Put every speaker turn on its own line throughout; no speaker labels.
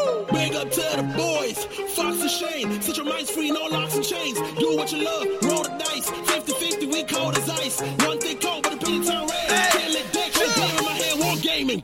up to the boys. Fox and Shane, set your minds free, no locks and chains. Do what you love, roll the dice. 50 50, we cold as ice. One thing cold, but a billion time red. Can't let that shit get in my head, war gaming.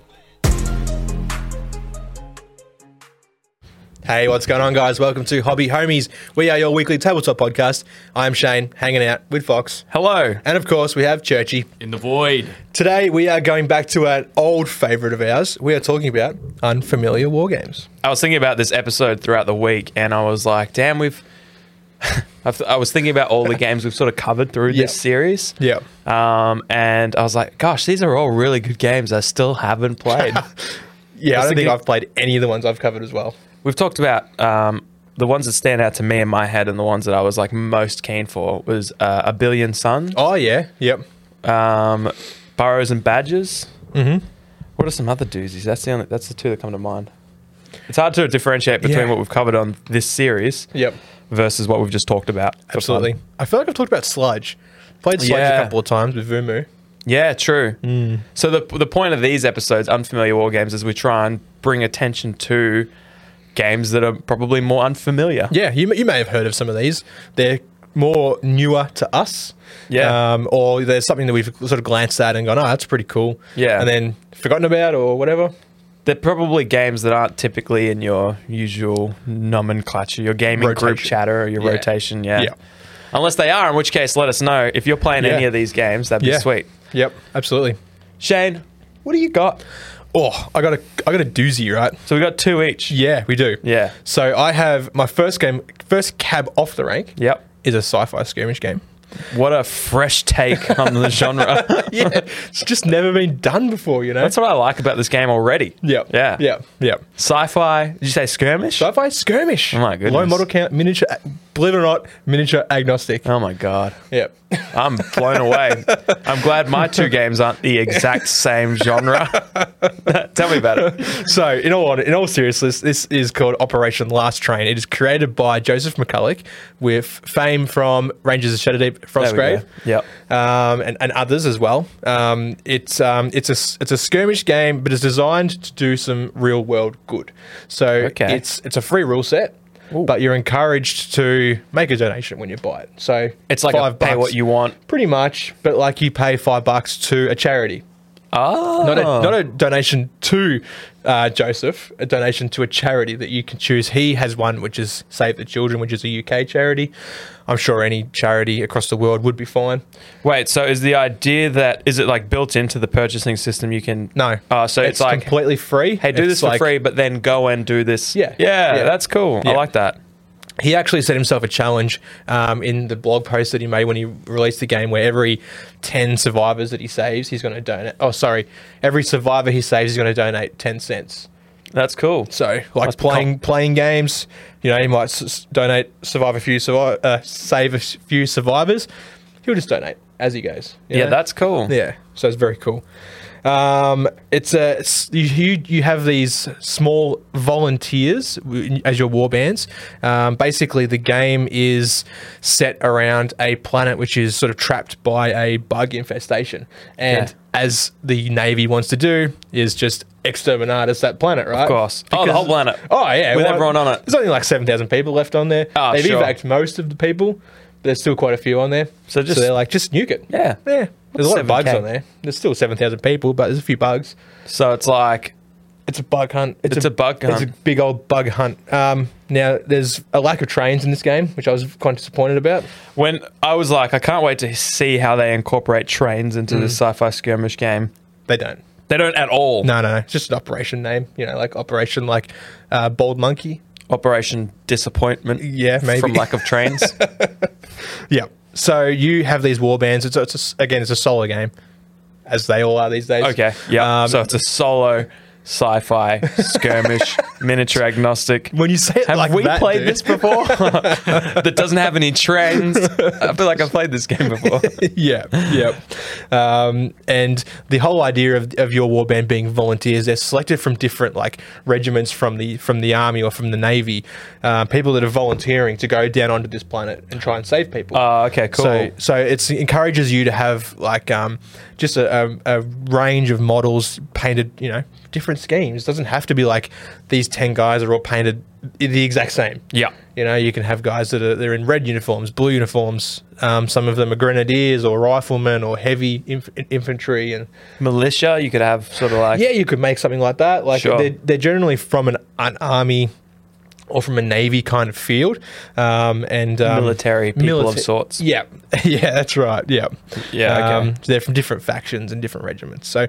Hey, what's going on, guys? Welcome to Hobby Homies. We are your weekly tabletop podcast. I'm Shane, hanging out with Fox.
Hello.
And of course, we have Churchy.
In the void.
Today, we are going back to an old favourite of ours. We are talking about unfamiliar war games.
I was thinking about this episode throughout the week, and I was like, damn, we've. I've- I was thinking about all the games we've sort of covered through
Yeah.
this series.
Yeah.
Um, and I was like, gosh, these are all really good games I still haven't
Yeah, I,
played. was
don't think
thinking-
I've played any of the ones I've covered as well.
we've talked about um, the ones that stand out to me in my head, and the ones that I was like most keen for was uh, A Billion Suns,
Oh, yeah. Yep.
um, Burrows and Badgers. Mm-hmm. What are some other doozies? That's the only, that's the two that come to mind. It's hard to differentiate between
Yeah.
what we've covered on this series.
Yep.
versus what we've just talked about. for fun.
Absolutely. I feel like I've talked about Sludge. Played Sludge
Yeah.
a couple of times with Vumu.
Yeah, true.
Mm.
So the the point of these episodes, unfamiliar war games, is we try and bring attention to games that are probably more unfamiliar.
Yeah, you, you may have heard of some of these. They're more newer to us.
Yeah.
Um, or there's something that we've sort of glanced at and gone, oh, that's pretty cool.
Yeah.
And then forgotten about or whatever.
They're probably games that aren't typically in your usual nomenclature, your gaming group
Rotation.
chatter or your
Yeah.
rotation. Yeah.
Yeah.
Unless they are, in which case, let us know. If you're playing any
Yeah.
of these games, that'd be
Yeah.
sweet.
Yep, absolutely.
Shane, what do you got?
Oh, I got a I got a doozy, right?
So we got two each.
Yeah, we do.
Yeah.
So I have my first game, first cab off the rank
Yep.
is a sci-fi skirmish game.
What a fresh take on the genre.
yeah, it's just never been done before, you know.
That's what I like about this game already.
Yep.
Yeah.
Yep. Yep.
Sci-fi. Did you say skirmish?
Sci-fi skirmish. Oh
my goodness.
Low model count, miniature. Believe it or not, miniature agnostic.
oh my god.
Yep.
I'm blown away. I'm glad my two games aren't the exact same genre. Tell me about it.
so, in all in all seriousness, this is called Operation Last Train. It is created by Joseph McCulloch, with fame from Rangers of Shadow Deep,
There we go.
Frostgrave,
Yep.
um, and, and others as well. Um, it's um, it's a s- it's a skirmish game, but it's designed to do some real world good. So
Okay.
it's it's a free rule set.
Ooh.
But you're encouraged to make a donation when you buy it. So
It's like a pay what you want.
pretty much. But like you pay five bucks to a charity
Oh.
not a, not a donation to uh, Joseph, a donation to a charity that you can choose. He has one, which is Save the Children, which is a UK charity. I'm sure any charity across the world would be fine.
Wait, so is the idea that is it like built into the purchasing system you can
No,
Oh, so it's, like
completely free.
hey, do
It's
this for
like-
free but then go and do this.
Yeah.
Yeah,
Yeah.
that's cool. I
Yeah.
like that.
He actually set himself a challenge um, in the blog post that he made when he released the game, where every ten survivors that he saves, he's going to donate. Oh, sorry, every survivor he saves, he's going to donate ten cents.
That's cool.
So, like
Must be
playing playing games, you know, he might s- s- donate, survive a few, survi- uh, save a s- few survivors. He'll just donate as he goes. you
yeah,
know?
that's cool.
yeah. So it's very cool. Um, it's a it's, you, you you have these small volunteers w- as your war bands. Um, basically, the game is set around a planet which is sort of trapped by a bug infestation, and
Yeah.
as the navy wants to do is just exterminatus that planet, right? Of
course. Oh, the whole planet.
Oh yeah,
With everyone on it.
There's only like seven thousand people left on there.
Oh,
They've
sure.
evac'd most of the people. but There's still quite a few on there.
So just-
so they're like just nuke it.
Yeah.
Yeah. There's a lot of bugs
7K?
on there. There's still 7,000 people, but there's a few bugs.
So it's like
It's a bug hunt.
It's a bug
It's a
hunt.
big old bug hunt. Um, now, there's a lack of trains in this game, which I was quite disappointed about.
When I was like, I can't wait to see how they incorporate trains into this sci-fi skirmish game.
They don't.
They don't at all.
Mm. No, no, no. It's just an operation name, you know, like Operation like uh, Bald Monkey.
Operation disappointment.
Yeah, maybe.
from lack of trains.
Yeah. So you have these war bands. It's, it's a s again, it's a solo game, as they all are these days.
okay, yeah.
Um,
so it's a solo sci-fi skirmish miniature agnostic.
when you say it
have
like
we
that,
played
dude-
this before? that doesn't have any trains. I feel like I've played this game before.
yeah, yeah. Um, and the whole idea of, of your warband being volunteers, they're selected from different like regiments from the from the army or from the navy, uh, people that are volunteering to go down onto this planet and try and save people.
Oh, okay, cool.
So, so it encourages you to have like um, just a, a, a range of models painted, you know, different different schemes. It doesn't have to be like these 10 guys are all painted i- the exact same.
Yeah.
You know, you can have guys that are they're in red uniforms, blue uniforms. Um, some of them are grenadiers or riflemen or heavy inf- infantry and
Militia, you could have sort of like
yeah, you could make something like that. Like
Sure.
they're, they're generally from an, an army or from a navy kind of field, um, and um,
Military people of sorts.
Yeah, yeah, that's right. Yeah,
Yeah, okay.
Um, so they're from different factions and different regiments. So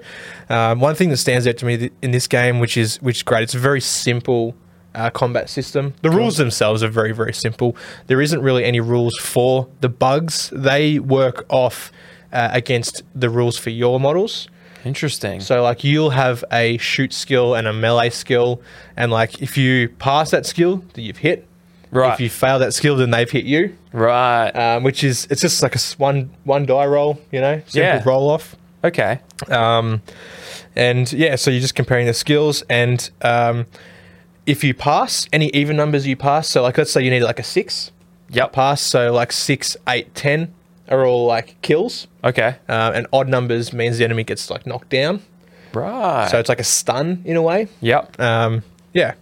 um, one thing that stands out to me th- in this game, which is which is great, it's a very simple. Uh, combat system. The rules themselves are very, very simple. There isn't really any rules for the bugs. They work off uh, against the rules for your models.
interesting. So
So like you'll have a shoot skill and a melee skill, and like if you pass that skill, that you've hit.
Right.
If you fail that skill, then they've hit you,
right. Uh,
um, which is it's just like a s- one one die roll, you know, simple
Yeah.
roll off.
okay.
Um, and yeah, so you're just comparing the skills, and um, if you pass any even numbers you pass, so like let's say you need like a six
Yep.
pass, so like six, eight, ten are all like kills,
Okay.
uh, and odd numbers means the enemy gets like knocked down,
Right.
so it's like a stun in a way.
yep.
Um, yeah,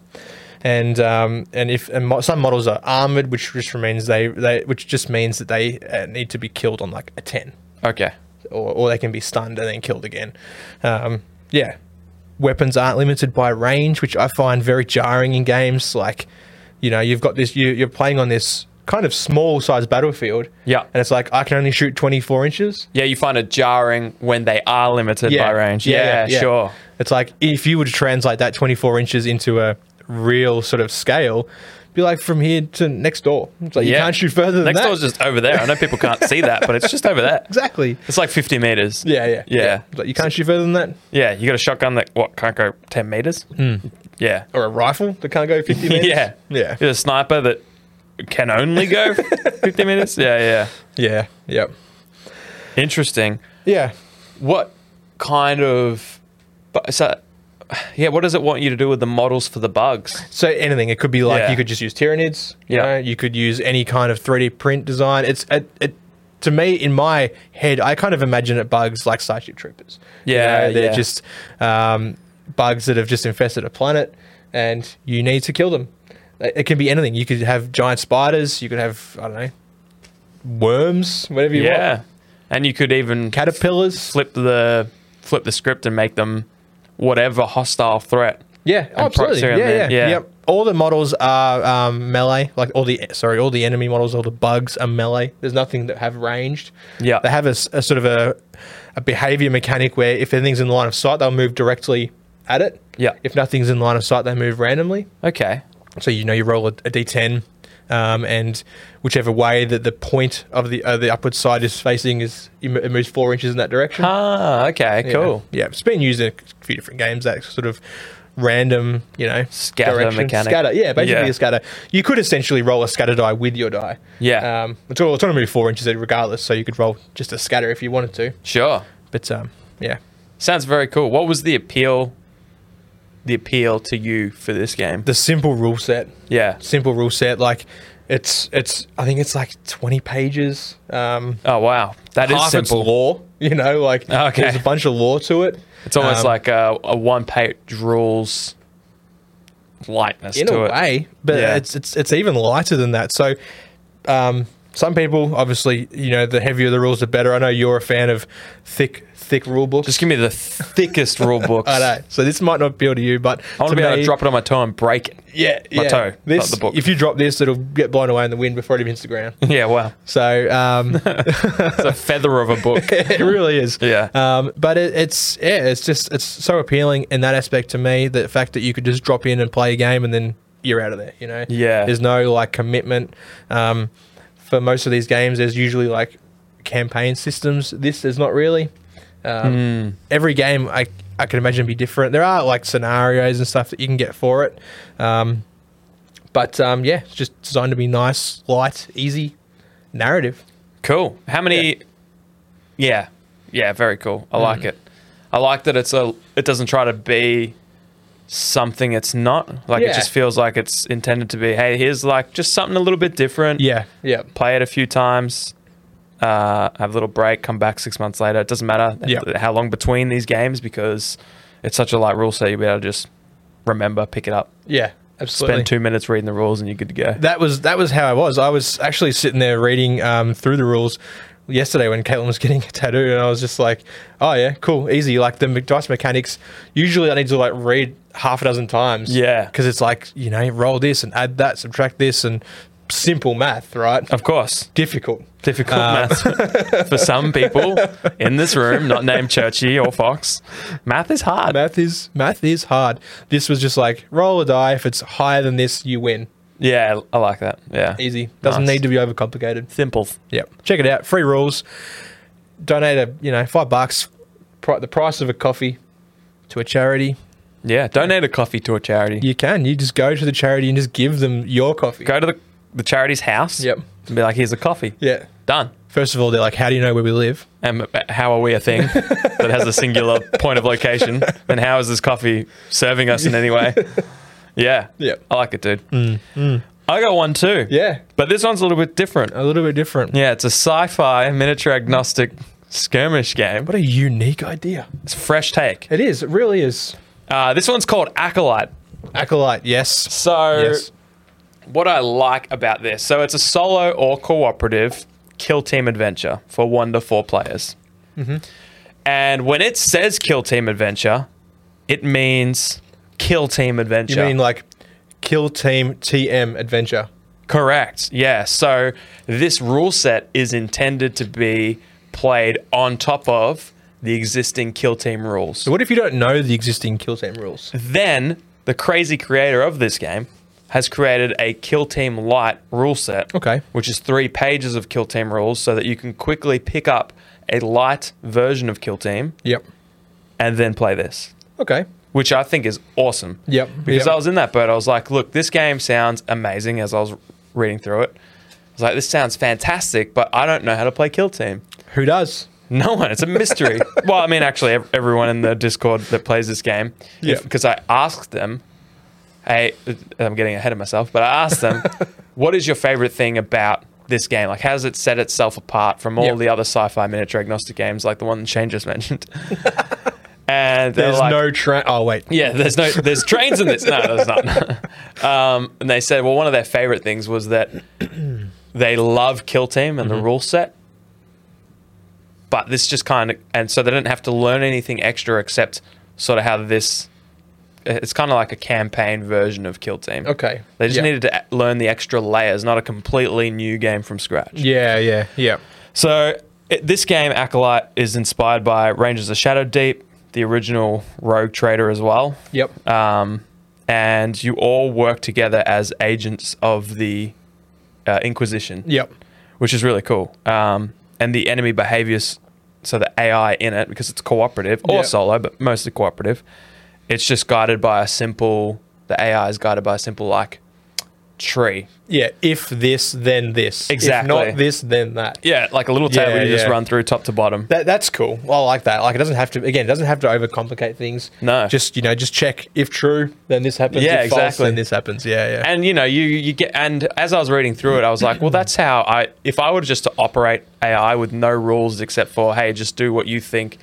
and um, and if and mo- some models are armored, which just means they, they which just means that they uh, need to be killed on like a ten,
Okay.
or or they can be stunned and then killed again. Um, yeah, weapons aren't limited by range, which I find very jarring in games. Like, you know, you've got this, you, you're playing on this kind of small size battlefield.
Yeah.
and it's like I can only shoot twenty four inches.
Yeah, you find it jarring when they are limited by range. Yeah, sure.
It's like if you were to translate that 24 inches into a real sort of scale, be like from here to next door. It's like you
Yeah.
can't shoot further than
Next
that.
door's just over there. I know people can't see that, but it's just over there.
exactly.
It's like 50 meters.
Yeah, yeah,
Yeah.
It's like you can't shoot further than that,
Yeah, you got a shotgun that, what, can't go 10 meters? Yeah.
or Hmm. a rifle that can't go 50 meters.
Yeah.
yeah,
You're a sniper that can only go 50 meters? Yeah, yeah.
yeah, yep,
Interesting.
yeah.
What kind of. bu- So, yeah, what does it want you to do with the models for the bugs?
So anything, it could be like
Yeah.
you could just use Tyranids. You
Yeah.
know, you could use any kind of 3D print design. It's it, it to me in my head, I kind of imagine it bugs like Starship Troopers. You
Yeah,
know, they're
yeah.
just um, bugs that have just infested a planet, and you need to kill them. It it can be anything. You could have giant spiders. You could have I don't know worms, whatever you want.
Yeah. And you could even
Caterpillars.
flip the flip the script and make them whatever hostile threat.
Yeah, absolutely.
proxy
Yeah,
and the-
yeah,
yeah.
Yep. All the models are um, melee. Like all the sorry, all the enemy models, all the bugs are melee. There's nothing that have ranged.
Yeah.
they have a, s- a sort of a, a behavior mechanic where if anything's in line of sight, they'll move directly at it.
Yeah.
If nothing's in line of sight, they move randomly.
Okay.
So you know you roll a a d10, um, and whichever way that the point of the uh, the upward side is facing is it mo- it moves four inches in that direction.
Ah, okay,
Yeah.
cool.
Yeah, it's been used in a few different games. That sort of random, you know,
Scatter mechanic.
Scatter, yeah, basically
Yeah.
a scatter. You could essentially roll a scatter die with your die.
Yeah.
um, it's all it's only four inches regardless, so you could roll just a scatter if you wanted to.
Sure.
But um, yeah,
Sounds very cool. What was the appeal? The appeal to you for this game?
the simple rule set,
yeah.
simple rule set. Like it's it's I think it's like twenty pages. Um,
Oh wow, that is
half
simple.
It's law, you know, like
Okay.
there's a bunch of law to it.
It's almost
Um,
like a, a one-page rules lightness
in
to
a
it.
way, but
Yeah.
it's it's it's even lighter than that. So, um, some people obviously, you know, the heavier the rules, the better. I know you're a fan of thick thick rule books.
Just give me the thickest rule books.
I know. So this might not appeal to you, but
I want to be able to drop it on my toe and break it.
yeah,
my
yeah.
toe, not
This,
the book.
If you drop this, it'll get blown away in the wind before it even hits the ground.
Yeah, wow.
So um,
It's a feather of a book.
it really is.
Yeah.
Um, but it, it's yeah, it's just it's so appealing in that aspect to me. The fact that you could just drop in and play a game and then you're out of there. You know.
Yeah.
There's no like commitment. Um, for most of these games, there's usually like campaign systems. This is not really. Um,
Hmm.
Every game I I can imagine be different. There are like scenarios and stuff that you can get for it. Um, but um, yeah, it's just designed to be nice, light, easy narrative.
Cool. How many? Yeah, yeah, very cool.
Mm.
I like it. I like that it's a. It doesn't try to be something it's not. Like it
Yeah.
just feels like it's intended to be. Hey, here's like just something a little bit different.
Yeah. Yeah.
Play it a few times. Uh, have a little break. Come back six months later. It doesn't matter
Yeah.
how long between these games because it's such a light rule set. You'll be able to just remember, pick it up,
Yeah, absolutely.
spend two minutes reading the rules, and you're good to go.
that was that was how I was. I was actually sitting there reading um, through the rules yesterday when Caitlin was getting a tattoo, and I was just like, "Oh yeah, cool, easy." Like the me- dice mechanics. Usually, I need to like read half a dozen times.
Yeah.
because it's like you know, roll this and add that, subtract this, and simple math, right?
of course,
Difficult.
difficult math Uh, for some people in this room, not named Churchy or Fox. Math is hard.
Math is math is hard. This was just like roll a die. If it's higher than this, you win.
Yeah, I like that. Yeah,
Easy. Doesn't
Nice.
need to be overcomplicated.
simple.
Yep. Check it out. Free rules. Donate a you know five bucks, pri- the price of a coffee, to a charity.
Yeah, donate a coffee to a charity.
You can. You just go to the charity and just give them your coffee.
Go to the, the charity's house.
Yep.
And be like, here's a coffee.
Yeah.
Done.
First of all, they're like, "How do you know where we live?"
And b- how are we a thing that has a singular point of location? And how is this coffee serving us in any way? Yeah.
Yep. Mm.
I like it, dude. I got one too.
Yeah.
But this one's a little bit different.
A little bit different.
Yeah, it's a sci fi miniature agnostic skirmish game.
What a unique idea.
It's a fresh take.
It is. It really is.
Uh, this one's called Acolyte.
Acolyte. Yes.
So,
Yes.
what I like about this so, it's a solo or cooperative kill team adventure for one to four players.
Mm-hmm.
And when it says kill team adventure, it means kill team
You
adventure.
mean like kill team TM adventure?
Correct. Yeah. So this rule set is intended to be played on top of the existing kill team rules.
What if you don't know the existing kill team rules?
Then the crazy creator of this game has created a kill team light rule set.
Okay.
Which is three pages of kill team rules so that you can quickly pick up a light version of kill team
Yep.
and then play this.
Okay.
Which I think is awesome.
Yep.
Because
Yep.
I was in that boat, I was like, look, this game sounds amazing as I was reading through it. I was like, this sounds fantastic, but I don't know how to play kill team.
Who does?
No one. It's a mystery. well, I mean, actually, ev- everyone in the Discord that plays this game,
Yeah.
because I asked them, hey, I'm getting ahead of myself, but I asked them, what is your favorite thing about this game? Like, how does it set itself apart from all
Yeah.
the other sci-fi miniature agnostic games, like the one that Shane just mentioned? and they're
There's
like,
no train. Oh wait.
yeah, there's no there's trains in this. No, there's not. um, and they said, well, one of their favorite things was that they love Kill Team and
Mm-hmm.
the rule set, but this just kind of and so they didn't have to learn anything extra except sort of how this. It's kind of like a campaign version of Kill Team.
Okay.
They just
Yep.
needed to a- learn the extra layers, not a completely new game from scratch.
Yeah. Yeah. Yeah.
So it, this game, Acolyte, is inspired by Rangers of Shadow Deep, the original Rogue Trader as well.
Yep. Uh,
Um, and you all work together as agents of the uh, Inquisition,
Yep.
which is really cool. Um, and the enemy behaviors, so the AI in it, because it's cooperative or
Yep.
solo, but mostly cooperative, it's just guided by a simple, the AI is guided by a simple, like, tree.
Yeah. If this, then this. If
Exactly.
not this, then that.
Yeah, like a little table
Yeah,
you just
yeah.
run through top to bottom.
That, that's cool. I like that. Like it doesn't have to. Again, it doesn't have to overcomplicate things.
No.
Just you know, just check if true, then this happens.
Yeah,
if false,
exactly.
then this happens. Yeah, yeah.
and you know you you get and as I was reading through it, I was like, well, that's how I if I were just to operate AI with no rules except for hey, just do what you think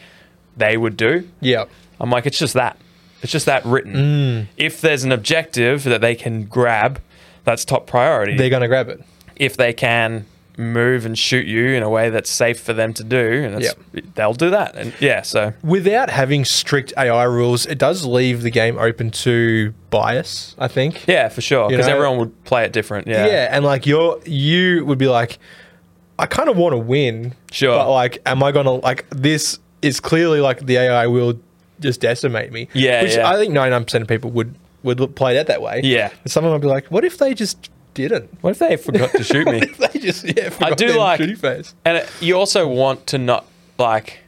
they would do.
yeah.
I'm like, it's just that, it's just that written.
Mm.
If there's an objective that they can grab, that's top priority.
They're gonna grab it.
if they can move and shoot you in a way that's safe for them to do, and it's, they'll do that. And yeah, so
Without having strict AI rules, it does leave the game open to bias. I think.
yeah, for sure,
You
because
know-
everyone would play it different. Yeah,
Yeah, and like you're you would be like, I kind of want to win.
Sure.
But like, am I gonna like this? Is clearly like the AI will just decimate me.
Yeah,
which
yeah.
I think ninety nine percent of people would would look- play that that way.
Yeah.
and someone would be like, what if they just didn't?
What if they forgot to shoot me?
What if they just yeah? forgot
do
their
like-
shooty face.
And it, you also want to not like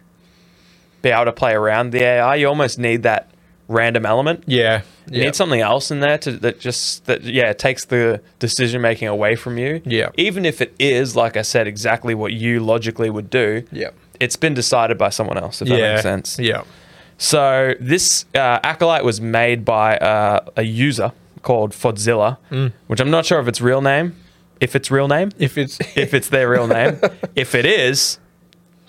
be able to play around the AI. You almost need that random element.
Yeah,
You need something else in there to that just that yeah takes the decision making away from you.
Yeah.
Even if it is like I said exactly what you logically would do.
Yeah.
It's been decided by someone else. If that
yeah,
makes sense.
Yeah,
So this uh, acolyte was made by uh, a user called Fodzilla,
Mm.
which I'm not sure of its real name. If its real name
if it's
if it's their real name. if it is,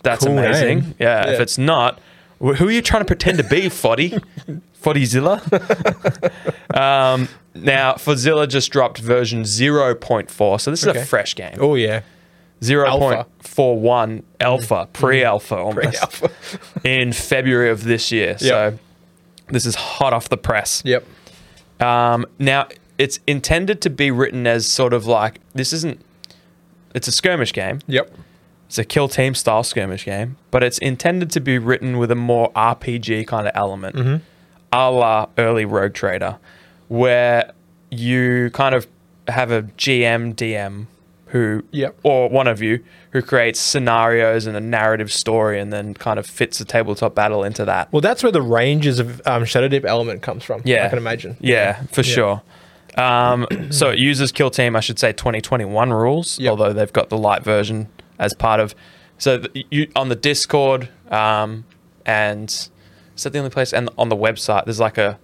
that's
Cool
amazing.
name.
Yeah, If
Yeah.
it's not, Wh- Who are you trying to pretend to be, Foddy? Foddyzilla? um, now, Fozilla just dropped version 0.4, so this is
Okay.
a fresh game.
Oh yeah,
0.41 alpha, pre-alpha almost,
Mm-hmm. Pre-alpha.
in February of this year. So
Yep.
this is hot off the press.
yep.
Um, now, it's intended to be written as sort of like this isn't. It's a skirmish game.
Yep.
It's a kill team style skirmish game, but it's intended to be written with a more RPG kind of element, a la early Rogue Trader, where you kind of have a GM DM who,
Yep.
or one of you, who creates scenarios and a narrative story, and then kind of fits the tabletop battle into that.
Well, that's where the ranges of um, Shadow Deep element comes from.
Yeah.
I can imagine.
Yeah, for sure. Um, so it uses Kill Team, I should say, 2021 rules,
Yep.
although they've got the light version as part of. So th- you on the Discord um, and is that the only place? And on the website, there's like a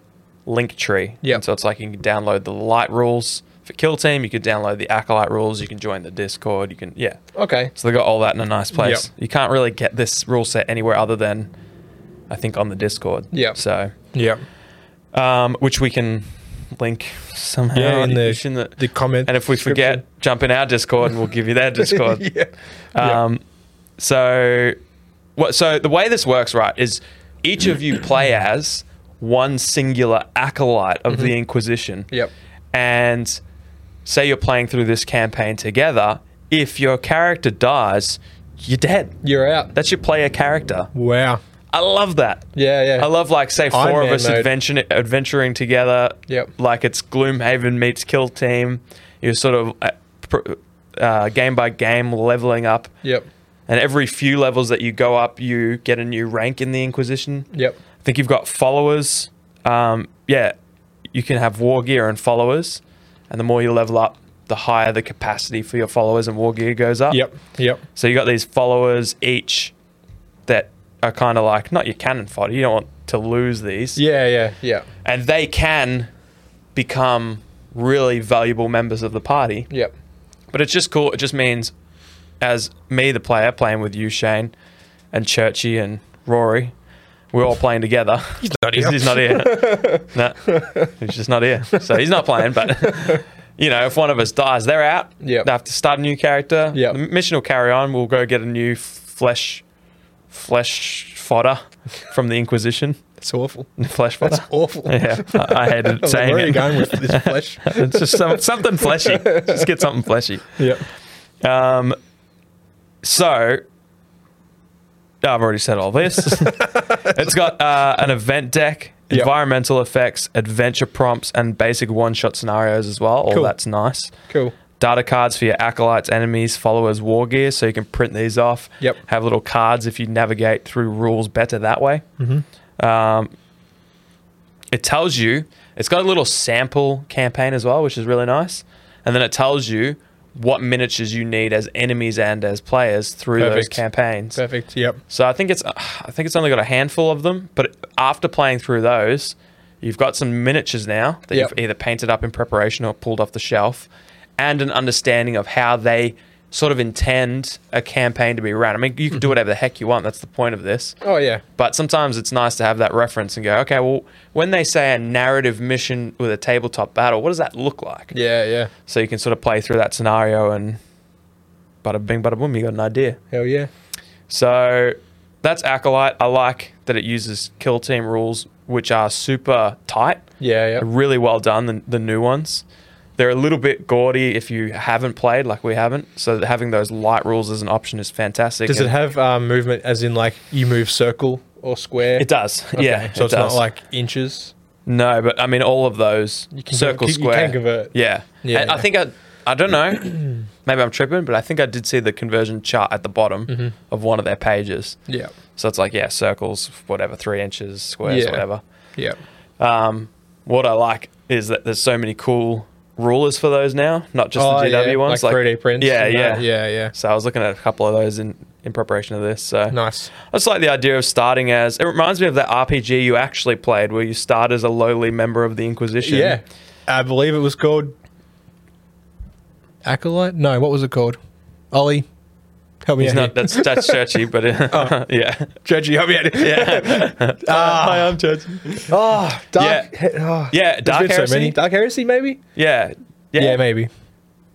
link tree.
Yep.
And So it's like you can download the light rules for Kill Team. You could download the Acolyte rules. You can join the Discord. You can yeah.
Okay.
So they got all that in a nice place.
Yep.
You can't really get this rule set anywhere other than I think on the Discord.
Yep.
So
Yep.
um, which we can link somehow.
Yeah, in the-
It's in the-
the comment
And if we forget, jump in our Discord and we'll give you their Discord.
yeah.
um, So, what? So the way this works, right, is each of you play as one singular acolyte of the Inquisition.
Mm-hmm. Yep.
And say you're playing through this campaign together. If your character dies, you're dead.
You're out.
That's your player character.
wow.
I love that.
Yeah, yeah.
I love like say
Iron
four of
Man
us
mode.
adventuring adventuring together.
Yep.
Like it's Gloomhaven meets Kill Team. You're sort of uh, pr- uh, game by game leveling up.
Yep.
And every few levels that you go up, you get a new rank in the Inquisition.
Yep.
I think you've got followers. Um, yeah, you can have war gear and followers, and the more you level up, the higher the capacity for your followers and war gear goes up.
Yep. Yep.
So you got these followers each that are kind of like not your cannon fodder. You don't want to lose these,
Yeah, yeah, yeah.
and they can become really valuable members of the party.
Yep.
But it's just cool. It just means as me, the player, playing with you, Shane, and Churchy and Rory. We're all playing together. He's not here. He's, not here. no, he's just not here. So he's not playing. But you know, if one of us dies, they're out.
Yep.
They have to start a new character.
Yep.
The mission will carry on. We'll go get a new f- flesh, flesh fodder from the Inquisition.
It's awful.
Flesh fodder.
That's awful.
yeah, I, I hated
I'm like,
saying
where are you
it.
going with this flesh?
it's just some, something fleshy. Just get something fleshy.
yep.
Um, so I've already said all this. it's got uh, an event deck,
Yep.
environmental effects, adventure prompts, and basic one-shot scenarios as well. All
Cool.
that's nice.
Cool.
Data cards for your acolytes, enemies, followers, war gear, so you can print these off.
Yep.
Have little cards if you navigate through rules better that way.
Mm-hmm.
Um, it tells you it's got a little sample campaign as well, which is really nice. And then it tells you what miniatures you need as enemies and as players through those
Perfect.
campaigns.
Perfect. Yep.
So I think it's I think it's only got a handful of them, but after playing through those, you've got some miniatures now that
Yep.
you've either painted up in preparation or pulled off the shelf, and an understanding of how they sort of intend a campaign to be run. I mean, you
Mm-hmm.
can do whatever the heck you want. That's the point of this.
Oh yeah.
But sometimes it's nice to have that reference and go, okay, well, when they say a narrative mission with a tabletop battle, what does that look like?
Yeah, yeah.
So you can sort of play through that scenario and bada bing, bada boom, you got an idea.
Hell yeah.
So that's Acolyte. I like that it uses kill team rules, which are super tight,
Yeah, yeah.
really well done, the, the new ones. They're a little bit gaudy if you haven't played, like we haven't. So having those light rules as an option is fantastic.
Does it
And-
have um, movement as in like you move circle or square?
It does.
Okay,
Yeah.
So
it
it's not
does.
like inches.
No, but I mean, all of those
can convert-
circle
you
square.
can convert.
Yeah.
Yeah,
And I
yeah.
think I, I don't know. Maybe I'm tripping, but I think I did see the conversion chart at the bottom
Mm-hmm.
of one of their pages.
Yeah.
So it's like, yeah, circles, whatever, three inches, squares,
Yeah.
whatever.
Yeah.
Um, what I like is that there's so many cool rulers for those now, not just
Oh,
the GW
yeah,
ones,
like 3D prints
Yeah,
and
yeah,
that. Yeah, yeah.
So I was looking at a couple of those in in preparation of this. So
Nice.
I just like the idea of starting as. It reminds me of that RPG you actually played, where you start as a lowly member of the Inquisition.
Yeah. I believe it was called Acolyte? No, what was it called? Ollie. Help me
He's
out.
not.
here.
That's that's churchy, but uh,
Oh.
yeah,
Judgy, help me out. here.
Hi, I'm Judge.
Oh, Ah. dark.
Yeah.
he- oh.
Yeah,
There's
Dark
been so
Heresy.
many. Dark heresy, maybe.
Yeah, yeah,
Yeah. maybe.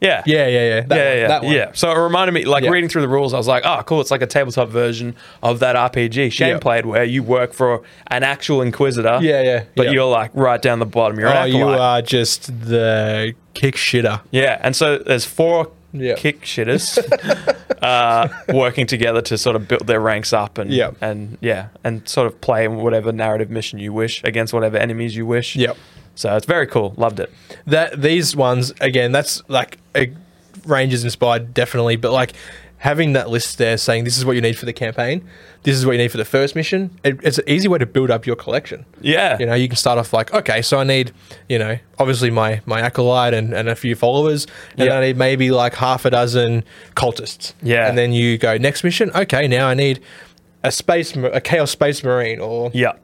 yeah,
Yeah, yeah, yeah. That
yeah,
one,
yeah,
that one.
yeah. So it reminded me, like
Yeah.
reading through the rules, I was like, oh, cool. It's like a tabletop version of that RPG Shane
Yeah.
played, where you work for an actual inquisitor.
Yeah, yeah,
But
yeah.
you're like right down the bottom. You're an
Oh, you
acolyte.
are just the kick shitter.
Yeah, and so there's four
Yeah.
kick shitters uh, working together to sort of build their ranks up and
Yeah.
and yeah, and sort of play whatever narrative mission you wish against whatever enemies you wish.
Yep.
So it's very cool. Loved it.
that these ones again that's like a rangers inspired definitely but like having that list there saying this is what you need for the campaign this is what you need for the first mission it, it's an easy way to build up your collection
Yeah.
you know you can start off like okay so i need you know obviously my my acolyte and, and a few followers and
Yeah.
i need maybe like half a dozen cultists
Yeah.
and then you go next mission okay now i need a space mar- a chaos space marine or
Yeah.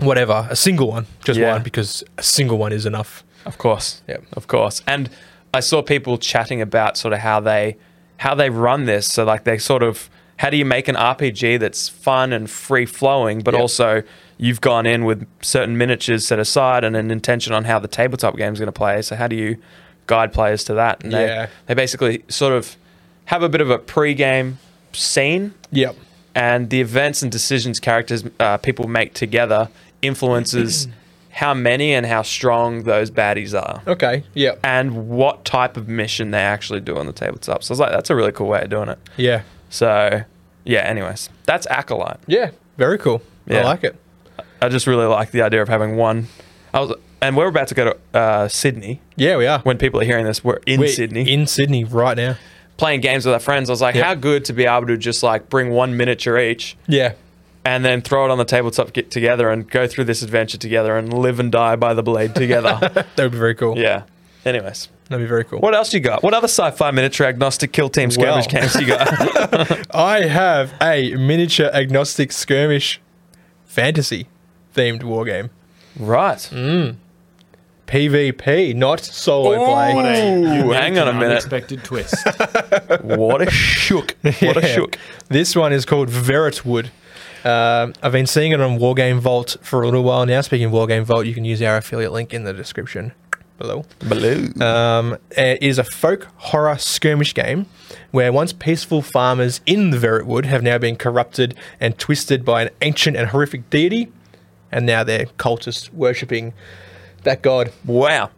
whatever a single one just
Yeah.
one because a single one is enough
Of course.
Yep.
Of course. And I saw people chatting about sort of how they how they run this. So like they sort of how do you make an RPG that's fun and free flowing, but
Yep.
also you've gone in with certain miniatures set aside and an intention on how the tabletop game is going to play. So how do you guide players to that? And
Yeah.
they, they basically sort of have a bit of a pre-game scene
yep
and the events and decisions characters uh, people make together influences how many and how strong those baddies are
okay yep
and what type of mission they actually do on the tabletop. So I was like, that's a really cool way of doing it.
Yeah.
So yeah, anyways, that's Acolyte.
Yeah. Very cool. I
Yeah.
like it.
I just really like the idea of having one. I was, and we're about to go to uh, Sydney.
Yeah, we are.
When people are hearing this, we're in
We're
Sydney.
In Sydney right now.
playing games with our friends, I was like,
Yeah.
how good to be able to just like bring one miniature each
Yeah.
and then throw it on the tabletop get together and go through this adventure together and live and die by the blade together.
That would be very cool.
yeah. Anyways,
That'd be very cool.
what else you got? What other sci-fi miniature agnostic kill team skirmish
Well.
games you got?
I have a miniature agnostic skirmish fantasy themed war game.
right.
Mm. PvP, not solo
What
play.
a
Ooh,
unique
hang on a
and
minute.
Unexpected twist.
What a shook. What a
Yeah.
shook.
This one is called Veritwood. Um, I've been seeing it on Wargame Vault for a little while now. Speaking of Wargame Vault, you can use our affiliate link in the description below.
Blue.
Um, it is a folk horror skirmish game where once peaceful farmers in the Veritwood have now been corrupted and twisted by an ancient and horrific deity, and now they're cultists worshipping that god.
wow.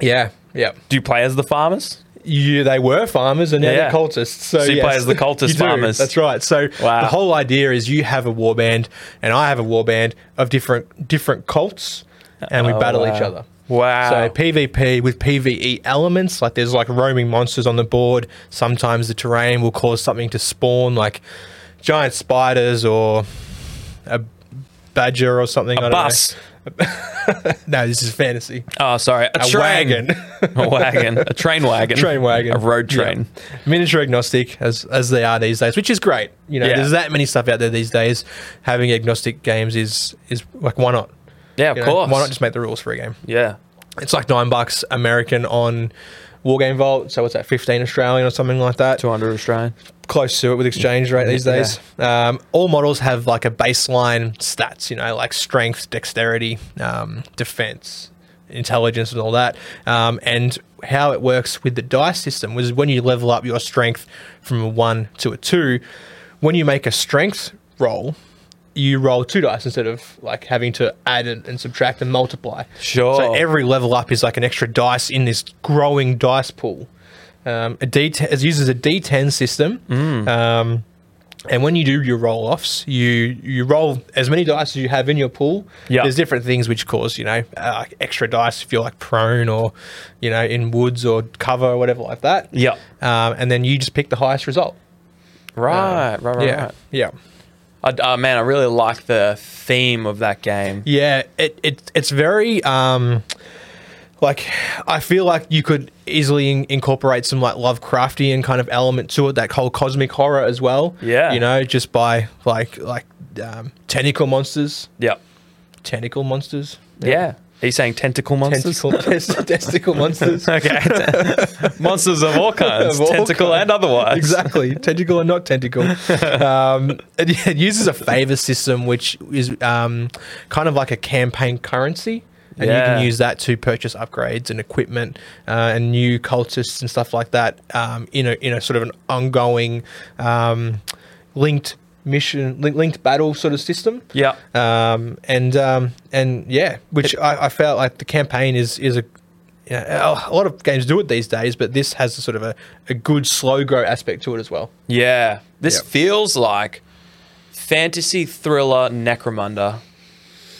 Yeah, yeah.
Do you play as the farmers?
You, they were farmers and now
Yeah.
they're cultists. So,
So you
yes.
play as the cultist
You do.
farmers.
That's right. So
Wow.
the whole idea is you have a warband and I have a warband of different different cults, and we
Oh,
battle each
wow.
other.
Wow.
So PvP with PvE elements, like there's like roaming monsters on the board. Sometimes the terrain will cause something to spawn, like giant spiders or a badger or something. I don't
Bus.
Know. No, this is fantasy.
Oh, sorry. A,
A
train.
wagon.
a wagon. A train wagon.
train wagon,
A road train.
Yeah. miniature agnostic as as they are these days, which is great. You know,
Yeah.
there's that many stuff out there these days. Having agnostic games is is like why not?
Yeah, of
You know,
course.
why not just make the rules for a game?
yeah.
It's like nine bucks American on Wargame Vault, so what's that, fifteen Australian or something like that?
200 Australian.
close to it with exchange rate these
Yeah.
days. Um, all models have like a baseline stats, you know, like strength, dexterity, um, defense, intelligence, and all that. Um, and how it works with the dice system was when you level up your strength from a one to a two, when you make a strength roll, you roll two dice instead of like having to add and, and subtract and multiply.
Sure.
So every level up is like an extra dice in this growing dice pool. Um, a D10, it uses a D10 system.
Mm.
Um, and when you do your roll offs, you you roll as many dice as you have in your pool.
Yeah.
There's different things which cause you know uh, like extra dice if you're like prone or you know in woods or cover or whatever like that.
Yeah.
Um, and then you just pick the highest result.
Right, right, right,
Uh, yeah.
right.
Yeah.
I, oh, man, I really like the theme of that game.
Yeah, it, it it's very um like I feel like you could easily in- incorporate some like Lovecraftian kind of element to it, that whole cosmic horror as well.
Yeah.
you know, just by like like um, tentacle monsters,
Yep.
tentacle monsters.
Yeah. Are you saying tentacle monsters?
Tentacle, test, testicle monsters.
okay. monsters of all kinds,
Of all
tentacle
kinds.
and otherwise.
Exactly, tentacle and not tentacle. Um, it, it uses a favor system, which is um, kind of like a campaign currency, and you
Yeah.
can use that to purchase upgrades and equipment uh, and new cultists and stuff like that. Um, in a in a sort of an ongoing um, linked mission, link, linked battle sort of system.
Yeah.
Um, and um, and yeah, which I, I felt like the campaign is is a you know, a lot of games do it these days, but this has a sort of a, a good slow grow aspect to it as well.
Yeah. This
Yep.
feels like fantasy thriller Necromunda.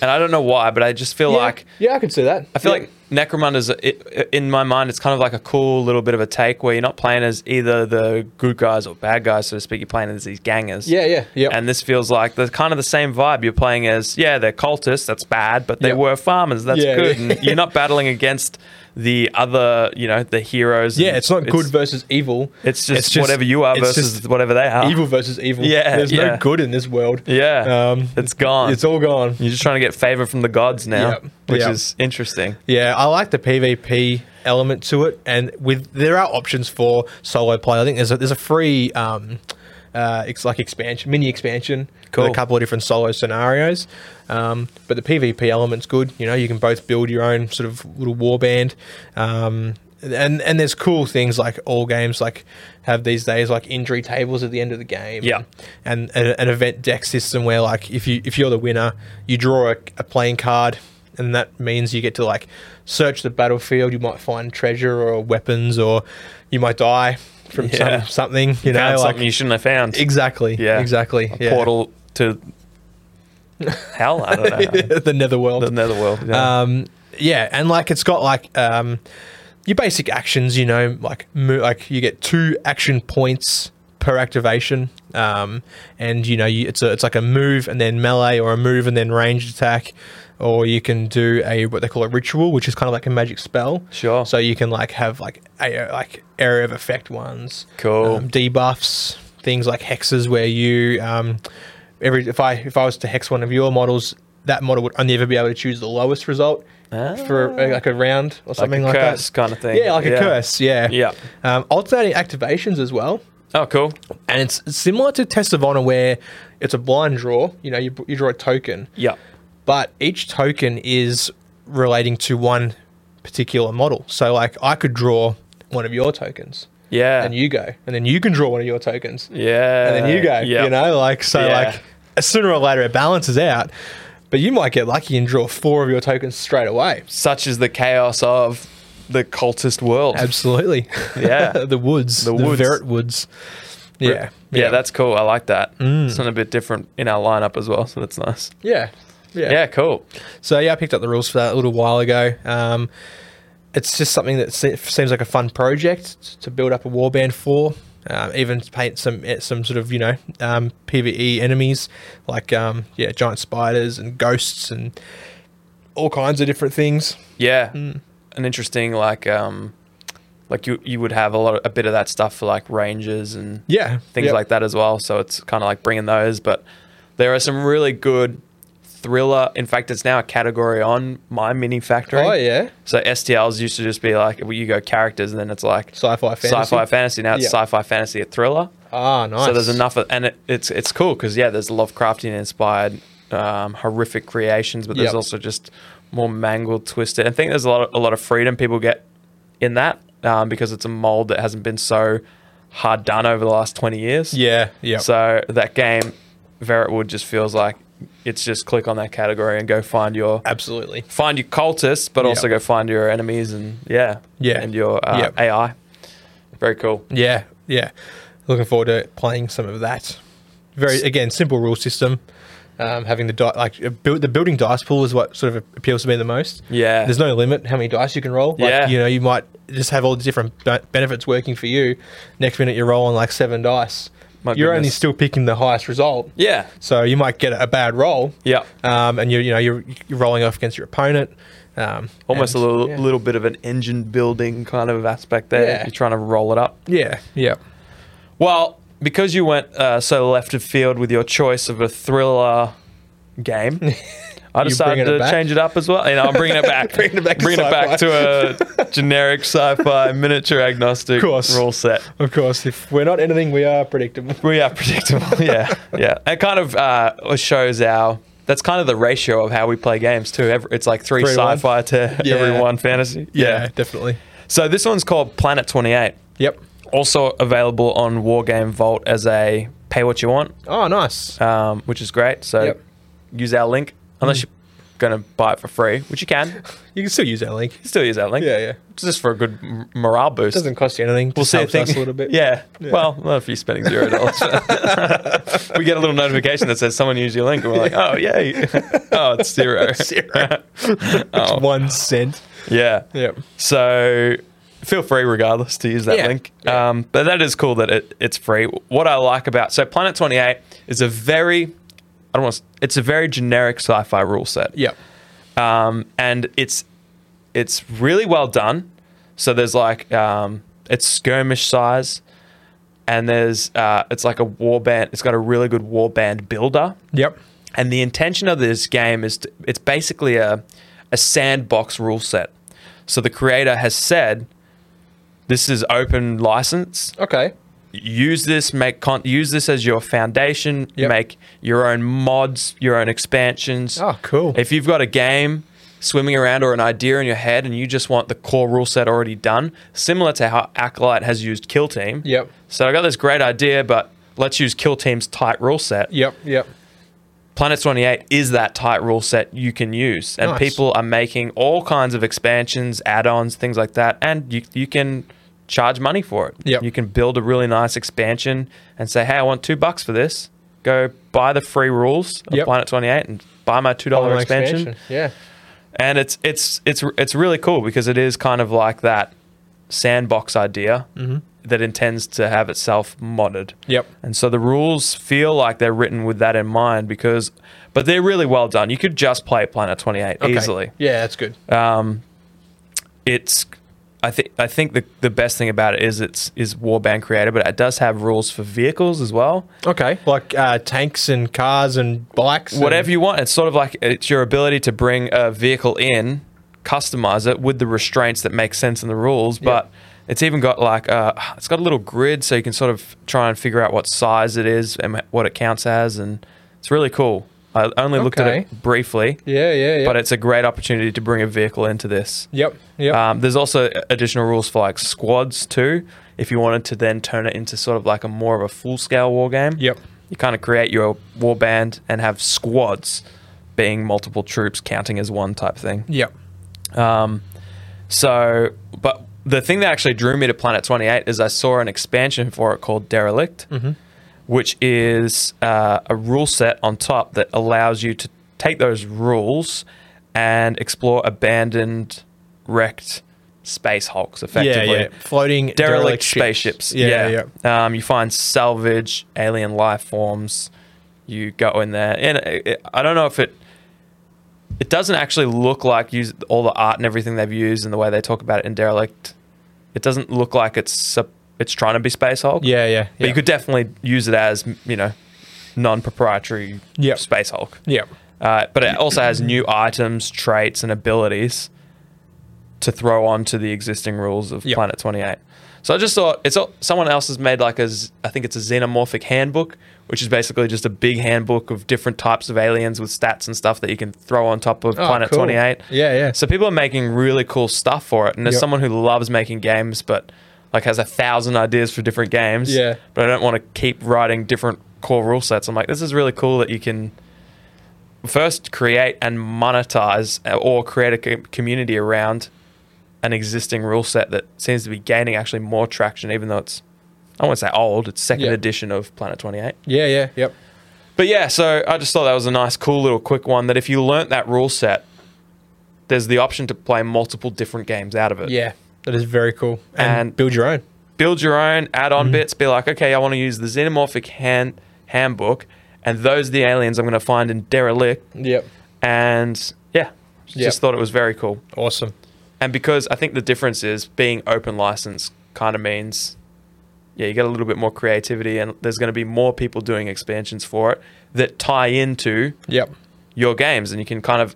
And I don't know why, but I just feel like
yeah, I could see that.
I feel like Necromunda's it, in my mind it's kind of like a cool little bit of a take where you're not playing as either the good guys or bad guys so to speak, you're playing as these gangers.
yeah, yeah, yeah.
And this feels like the kind of the same vibe you're playing as, yeah, they're cultists, that's bad, but they
Yep.
were farmers, that's
Yeah.
good. And you're not battling against the other, you know, the heroes.
yeah,
and
it's not good versus evil.
It's just, whatever you are
it's
versus
just
whatever they are.
evil versus evil.
Yeah,
there's
yeah.
no good in this world.
Yeah.
um,
it's gone.
it's all gone.
You're just trying to get favor from the gods now,
Yep.
which
Yep.
is interesting.
Yeah, I like the PvP element to it, and with there are options for solo play. I think there's a, there's a free, um, uh, it's like expansion, mini expansion,
Cool.
with a couple of different solo scenarios. Um, but the PvP element's good. You know, you can both build your own sort of little warband. Um, and and there's cool things like all games like have these days like injury tables at the end of the game.
Yeah.
and, and a- an event deck system where like if you if you're the winner, you draw a, a playing card, and that means you get to like search the battlefield. You might find treasure or weapons, or you might die from
Yeah.
some, something. You know,
Found
like
something you shouldn't have found.
exactly,
Yeah.
exactly.
A
yeah.
Portal to hell? I don't know.
the netherworld.
the netherworld. Yeah.
Um, yeah, and like it's got like um, your basic actions. You know, like mo- like you get two action points per activation, um, and you know you, it's a, it's like a move and then melee, or a move and then ranged attack, or you can do a what they call a ritual, which is kind of like a magic spell.
Sure.
So you can like have like a, like area of effect ones.
Cool.
Um, debuffs, things like hexes, where you um, every if I if I was to hex one of your models, that model would only ever be able to choose the lowest result for uh, like a round or something like,
Ah. curse
that.
kind of thing.
Yeah, like
Yeah.
a curse. Yeah.
Yeah.
Um, alternating activations as well.
oh, cool.
And it's similar to Test of Honor, where it's a blind draw. You know, you, you draw a token
Yeah.
but each token is relating to one particular model. So like I could draw one of your tokens.
Yeah.
And you go. And then you can draw one of your tokens.
Yeah.
And then you go.
Yeah.
You know, like so
Yeah.
like sooner or later it balances out. But you might get lucky and draw four of your tokens straight away.
Such is the chaos of the cultist world.
Absolutely.
Yeah.
the woods.
The
The,
woods.
Vert woods. Yeah. Mm.
Yeah, that's cool. I like that. It's not a bit different in our lineup as well, so that's nice.
yeah. Yeah.
Yeah, cool.
So yeah, I picked up the rules for that a little while ago. Um, it's just something that se- seems like a fun project to build up a warband for. Um, even to paint some eh, some sort of you know um, PVE enemies like um, yeah giant spiders and ghosts and all kinds of different things.
Yeah,
Mm.
an interesting like um, like you you would have a lot of, a bit of that stuff for like rangers and
Yeah,
things
yep.
like that as well. So it's kind of like bringing those, but there are some really good thriller. In fact, it's now a category on my mini factory.
Oh yeah,
So STLs used to just be like well, you go characters, and then it's like
sci-fi fantasy.
sci-fi fantasy. Now it's
Yeah.
sci-fi fantasy a thriller.
Ah, nice.
So there's enough, of, and it, it's it's cool because yeah, there's Lovecraftian inspired um, horrific creations, but there's
Yep.
also just more mangled, twisted. I think there's a lot of, a lot of freedom people get in that um, because it's a mold that hasn't been so hard done over the last 20 years.
Yeah, yeah.
So that game, Veritwood, just feels like it's just click on that category and go find your
absolutely.
find your cultists, but also
Yep.
go find your enemies and yeah,
Yeah.
and your uh,
Yep.
AI. Very cool.
Yeah, yeah. Looking forward to playing some of that. Very again, simple rule system. Um, having the di- like uh, build, the building dice pool is what sort of appeals to me the most.
Yeah.
there's no limit how many dice you can roll. Like,
Yeah.
you know you might just have all the different be- benefits working for you. Next minute you're rolling like seven dice.
My
you're only
goodness.
still picking the highest result.
Yeah.
So you might get a bad roll.
Yeah.
Um, and you you know you're, you're rolling off against your opponent. Um,
almost
and-
a little
yeah.
little bit of an engine building kind of aspect there.
Yeah.
You're trying to roll it up.
Yeah. Yeah.
Well, because you went uh, so left of field with your choice of a thriller game, I
You're
decided
bringing it
to
back?
change it up as well. You know, I'm bringing it back.
Bringing it back to
Bringing it back
sci-fi.
to a generic sci-fi miniature agnostic
course.
rule set.
Of course, if we're not anything, we are predictable.
We are predictable. yeah, yeah. It kind of uh, shows our. That's kind of the ratio of how we play games too. Every, it's like three,
Three to one.
sci-fi to
Yeah.
every one fantasy.
definitely.
So this one's called Planet Twenty Eight.
Yep.
Also available on Wargame Vault as a pay what you want,
Oh, nice.
um, which is great. So
Yep. Mm.
use our link unless you're going to buy it for free, which you can. You
You can still use that link.
can still use that link.
Yeah, yeah.
Just for a good m- morale boost.
It doesn't cost you anything.
We'll
just
see a
helps
thing.
us a little bit.
Yeah. Well, not if you're spending zero dollars. we get a little notification that says someone used your link, and we're like, oh yay, oh it's zero.
Zero.
Oh,
One cent.
yeah.
Yep.
So feel free, regardless, to use that
Yeah.
link. Um, but that is cool that it, it's free. What I like about so Planet Twenty Eight is a very, I don't want to, it's a very generic sci-fi rule set.
Yep.
um, and it's it's really well done. So there's like um, it's skirmish size, and there's uh, it's like a warband. It's got a really good warband builder,
Yep.
and the intention of this game is to, it's basically a a sandbox rule set. So the creator has said this is open license.
Okay.
Use this, make con- use this as your foundation.
Yep.
Make your own mods, your own expansions.
Oh, cool.
If you've got a game swimming around or an idea in your head and you just want the core rule set already done, similar to how Acolyte has used Kill Team.
Yep.
So I got this great idea, but let's use Kill Team's tight rule set.
Yep. Yep.
Planet 28 is that tight rule set you can use. And
Nice.
people are making all kinds of expansions, add ons, things like that. And you, you can charge money for it.
Yep.
You can build a really nice expansion and say, hey, I want two bucks for this. Go buy the free rules of
Yep.
Planet 28 and buy my $2
Oh, my
expansion
Yeah.
and it's it's it's it's really cool because it is kind of like that sandbox idea that intends to have itself modded.
Mm-hmm. Yep.
And so the rules feel like they're written with that in mind because, but they're really well done. You could just play Planet Twenty Eight
Okay.
easily. Uh,
Yeah, that's good.
It's I think I think the, the best thing about it is it's is warband creator, but it does have rules for vehicles as well.
okay. Like uh, tanks and cars and bikes.
Whatever you want, it's sort of like it's your ability to bring a vehicle in, customize it with the restraints that make sense in the rules. But it's even got like uh, it's got a little grid, so you can sort of try and figure out what size it is and what it counts as, and it's really cool. I only looked at
Okay.
it briefly,
you. Yeah. Yeah. Yeah.
but it's a great opportunity to bring a vehicle into this.
Yep. Yep.
Um, there's also additional rules for like squads too. If you wanted to then turn it into sort of like a more of a full scale war game,
Yep.
you kind of create your war band and have squads being multiple troops counting as one type thing.
yep.
So, but the thing that actually drew me to Planet 28 is I saw an expansion for it called Derelict,
Mm-hmm.
which is uh, a rule set on top that allows you to take those rules and explore abandoned, wrecked space hulks
Yeah.
effectively.
Yeah. Floating
Derelict, spaceships.
Yeah. Yeah.
Um, you find salvage, alien life forms. You go in there, and it, it, I don't know if it. It doesn't actually look like use all the art and everything they've used and the way they talk about it in Derelict. It doesn't look like it's sup- it's trying to be Space Hulk.
Yeah. Yeah.
but you could definitely use it as you know, non-proprietary
Yep.
Space Hulk.
Yep.
Uh, but it also has new items, traits, and abilities to throw on to the existing rules of
Yep.
Planet 28. So I just thought it's all- someone else has made like a z- I think it's a xenomorphic handbook, which is basically just a big handbook of different types of aliens with stats and stuff that you can throw on top of
Oh,
Planet
cool.
28.
Yeah. Yeah.
So people are making really cool stuff for it, and as
Yep.
someone who loves making games, but like has a thousand ideas for different games,
Yeah.
But I don't want to keep writing different core rule sets. I'm like, this is really cool that you can first create and monetize uh, or create a co- community around an existing rule set that seems to be gaining actually more traction, even though it's I won't say old. It's second
Yeah.
edition of Planet 28.
Yeah. Yeah. Yep.
But yeah, so I just thought that was a nice, cool little quick one. That if you learnt that rule set, there's the option to play multiple different games out of it.
Yeah. That is very cool. And,
And-
build your own.
Build your own, add
Mm-hmm.
on bits. Be like, okay, I want to use the xenomorphic hand handbook, and those are the aliens I'm going to find in derelict.
Yep.
And yeah,
Yeah.
just thought it was very cool.
Awesome.
And because I think the difference is being open license kind of means, yeah, you get a little bit more creativity, and there's going to be more people doing expansions for it that tie into
Yep.
your games, and you can kind of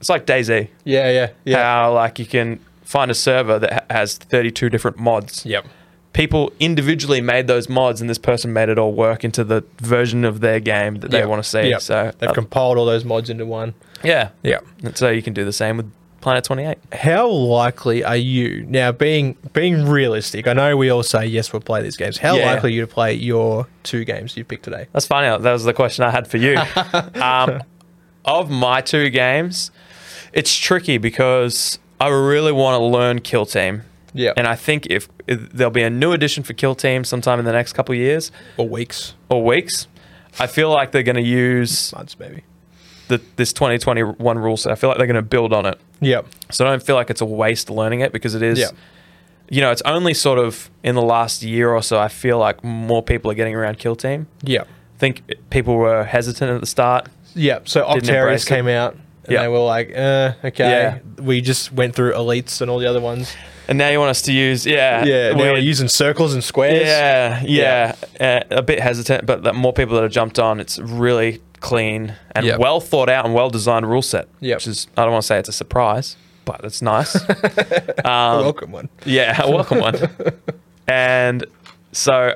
it's like DayZ,
Yeah, yeah, yeah.
how like you can find a server that ha- has 32 different mods.
Yep.
People individually made those mods, and this person made it all work into the version of their game that they
Yep.
want to see.
Yep.
So
they've
uh,
compiled all those mods into one.
yeah,
Yeah.
And so you can do the same with Planet 28.
How likely are you now being being realistic? I know we all say yes, we'll play these games. How
Yeah.
likely are you to play your two games you picked today?
That's funny. That was the question I had for you. um, of my two games, it's tricky because I really want to learn Kill Team.
Yeah.
And I think if, if there'll be a new edition for Kill Team sometime in the next couple of years
Or weeks,
or weeks, I feel like they're going to use
months, maybe.
the, this 2021 rule set. I feel like they're going to build on it.
Yep.
So I don't feel like it's a waste learning it because it is,
Yeah.
you know, it's only sort of in the last year or so, I feel like more people are getting around Kill Team.
Yep.
I think people were hesitant at the start.
Yep. So
embrace
Octarius
it.
came out and
Yeah.
they were like, uh,
Yeah.
okay. We just went through elites and all the other ones.
And now you want us to use, yeah,
Yeah. Now
weird-
we're using circles and squares.
yeah, yeah, Uh, a bit hesitant, but the more people that have jumped on, it's really clean and
Yep.
well thought out and well designed rule set.
Yep.
which is I don't want to say it's a surprise, but it's nice.
A welcome one.
yeah, a welcome one. And so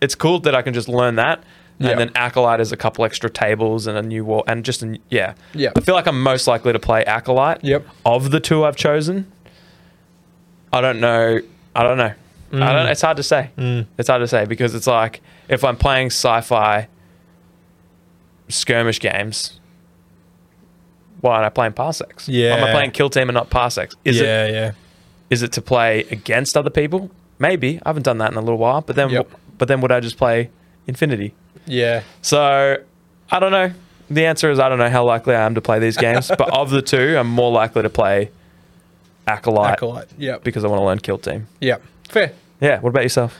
it's cool that I can just learn that. And
Yep.
then Acolyte is a couple extra tables and a new wall, and just a, n- yeah.
Yep.
I feel like I'm most likely to play Acolyte.
Yep.
Of the two I've chosen, I don't know. I don't know. I
Mm.
don't. It's hard to say. It's hard to say because it's like if I'm playing sci-fi skirmish games, why am I playing Parsecs? Why am I
Yeah.
playing Kill Team and not Parsecs? Is it
yeah. yeah.
is it to play against other people? Maybe I haven't done that in a little while. But then,
Yep.
but then would I just play Infinity?
Yeah.
So I don't know. The answer is I don't know how likely I am to play these games. but of the two, I'm more likely to play Acolyte,
Acolyte. Yep.
because I want to learn Kill Team.
Yep. Fair.
Yeah. What about yourself?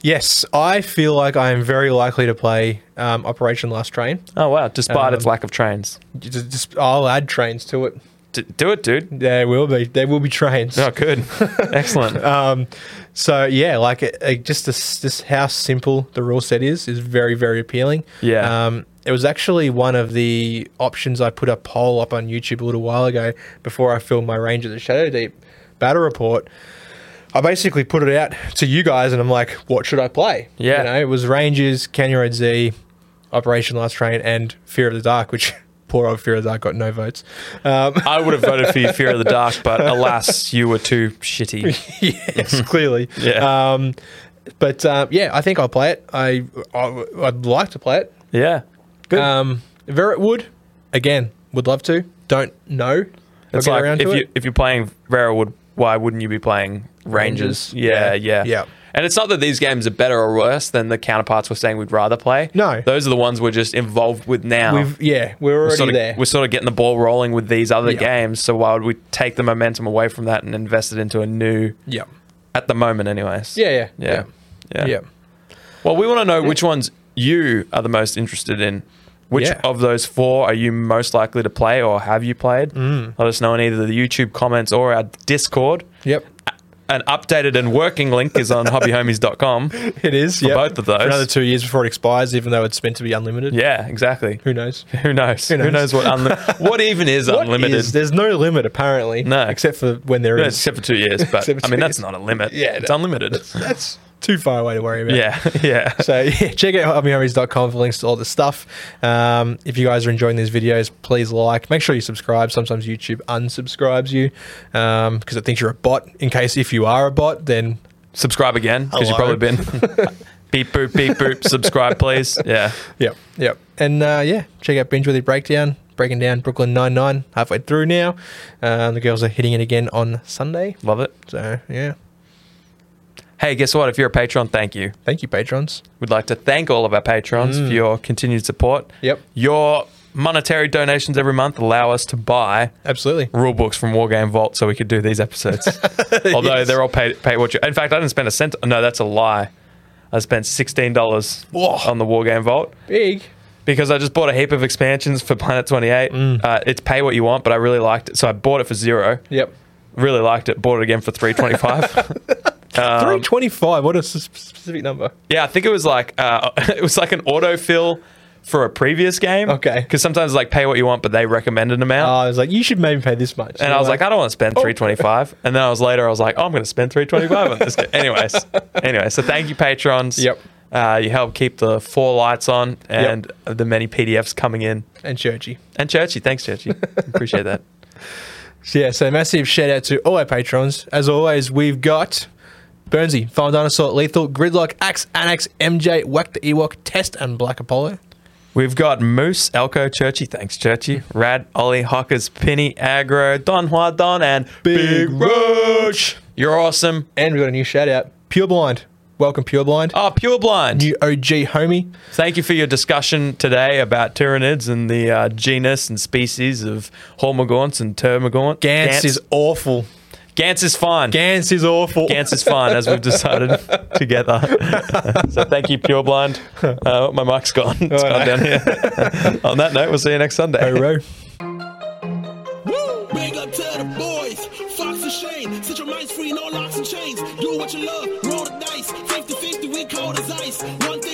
Yes, I feel like I am very likely to play um, Operation Last Train.
Oh wow! Despite its
Um,
lack of trains,
Just, just, I'll add trains to it.
D- do it, dude.
There will be there will be trains.
Oh, good, excellent.
Um, so yeah, like it, it just this, this how simple the rule set is is very very appealing.
Yeah.
Um, it was actually one of the options I put a poll up on YouTube a little while ago before I filmed my Ranger the Shadow Deep battle report. I basically put it out to you guys, and I'm like, what should I play?
Yeah.
You know, it was Rangers, Canyon Road Z, Operation Last Train, and Fear of the Dark, which poor old Fear of the Dark got no votes. Um,
I would have voted for you, Fear of the Dark, but alas, you were too shitty.
yes, clearly.
Yeah.
Um, but um, yeah, I think I'll play it. I, I I'd like to play it.
Yeah, good.
Um, Verret would again would love to. Don't know. if I'll
It's
get
like
around
if
to
you
it.
if you're playing Railwood, why wouldn't you be playing
Rangers.
Rangers? Yeah, yeah,
Yeah. Yeah.
And it's not that these games are better or worse than the counterparts we're saying we'd rather play.
No.
those are the ones we're just involved with now.
We've, yeah, we're already
we're sort of,
there.
We're sort of getting the ball rolling with these other
Yeah.
games. So why would we take the momentum away from that and invest it into a new?
yeah.
At the moment, anyways.
Yeah, yeah,
yeah, yeah.
yeah,
Well, we want to know which ones you are the most interested in. Which
Yeah.
of those four are you most likely to play or have you played?
Mm.
Let us know in either the YouTube comments or our Discord.
Yep,
An updated and working link is on hobbyhomies.com.
it is for
both of those.
another two years before it expires, even though it's meant to be unlimited.
Yeah, exactly.
who knows?
Who knows? Who knows,
knows?
what unli- what even is
What
unlimited?
is- there's no limit apparently.
No.
except for when there
Yeah,
is.
Except for two years, but
Except for
I mean
two
that's
years.
not a limit.
Yeah,
it's
no.
unlimited.
That's too far away to worry about.
yeah, yeah.
So yeah, check out hobbyhomies.com for links to all the stuff. Um, if you guys are enjoying these videos, please like. Make sure you subscribe. Sometimes YouTube unsubscribes you because it thinks you're a bot. In case if you are a bot, then
Subscribe again because you've
Hello.
probably been beep boop beep boop. Subscribe, please. Yeah.
yep, yep. And uh, yeah, check out Binge Worthy Breakdown. Breaking down Brooklyn Nine Nine halfway through now. Um, the girls are hitting it again on Sunday.
Love it.
So yeah,
Hey, guess what? If you're a patron, thank you.
thank you, patrons.
We'd like to thank all of our patrons for your continued support.
Mm. Yep.
Your monetary donations every month allow us to buy
Absolutely.
rule books from Wargame Vault so we could do these episodes. Although
Yes.
they're all pay, pay what you. In fact, I didn't spend a cent. No, that's a lie. I spent sixteen dollars
Whoa.
on the Wargame Vault
Big.
because I just bought a heap of expansions for Planet Twenty Eight.
Mm.
Uh, it's pay what you want, but I really liked it, so I bought it for zero.
Yep.
Really liked it. Bought it again for three twenty five. Um,
Three twenty-five. What a s- specific number.
Yeah, I think it was like uh, it was like an autofill for a previous game.
Okay.
Because sometimes like pay what you want, but they recommend an amount.
Oh, I was like, you should maybe pay this much.
and I was like, I don't want to spend three twenty five. And then I was later, I was like, oh, I'm going to spend three twenty five on this. Game. Anyways, anyway, so thank you, patrons.
Yep.
Uh, you help keep the four lights on and the many PDFs coming in.
and churchy.
And Churchy, thanks, Churchy. Appreciate that.
So, yeah, so massive shout out to all our patrons. As always, we've got Burnsy, Final Dinosaur, Lethal, Gridlock, Axe, Annex, MJ, Whack the Ewok, Test, and Black Apollo.
We've got Moose, Elko, Churchy, thanks, Churchy, Rad, Ollie, Hockers, Penny, Agro, Don Juan, Don, and
Big
Roach. You're awesome.
And we've got a new shout out, Pureblind. Welcome, Pureblind.
Oh, Pure Blind.
New OG homie.
Thank you for your discussion today about tyrannids and the uh, genus and species of Hormigons and Termagants.
Gantz, is awful.
Gans is fine.
Gantz is awful.
Gans is fine, as we've decided together. so thank you, Pure Blind. Uh, my mic's gone. It's gone down here. On that note, we'll see you next Sunday.
Row.
Woo! Big up to the boys, Fox and Shane. Set your minds free, no locks and chains. Do what you love, roll the dice. 50 50, we cold as ice. One thing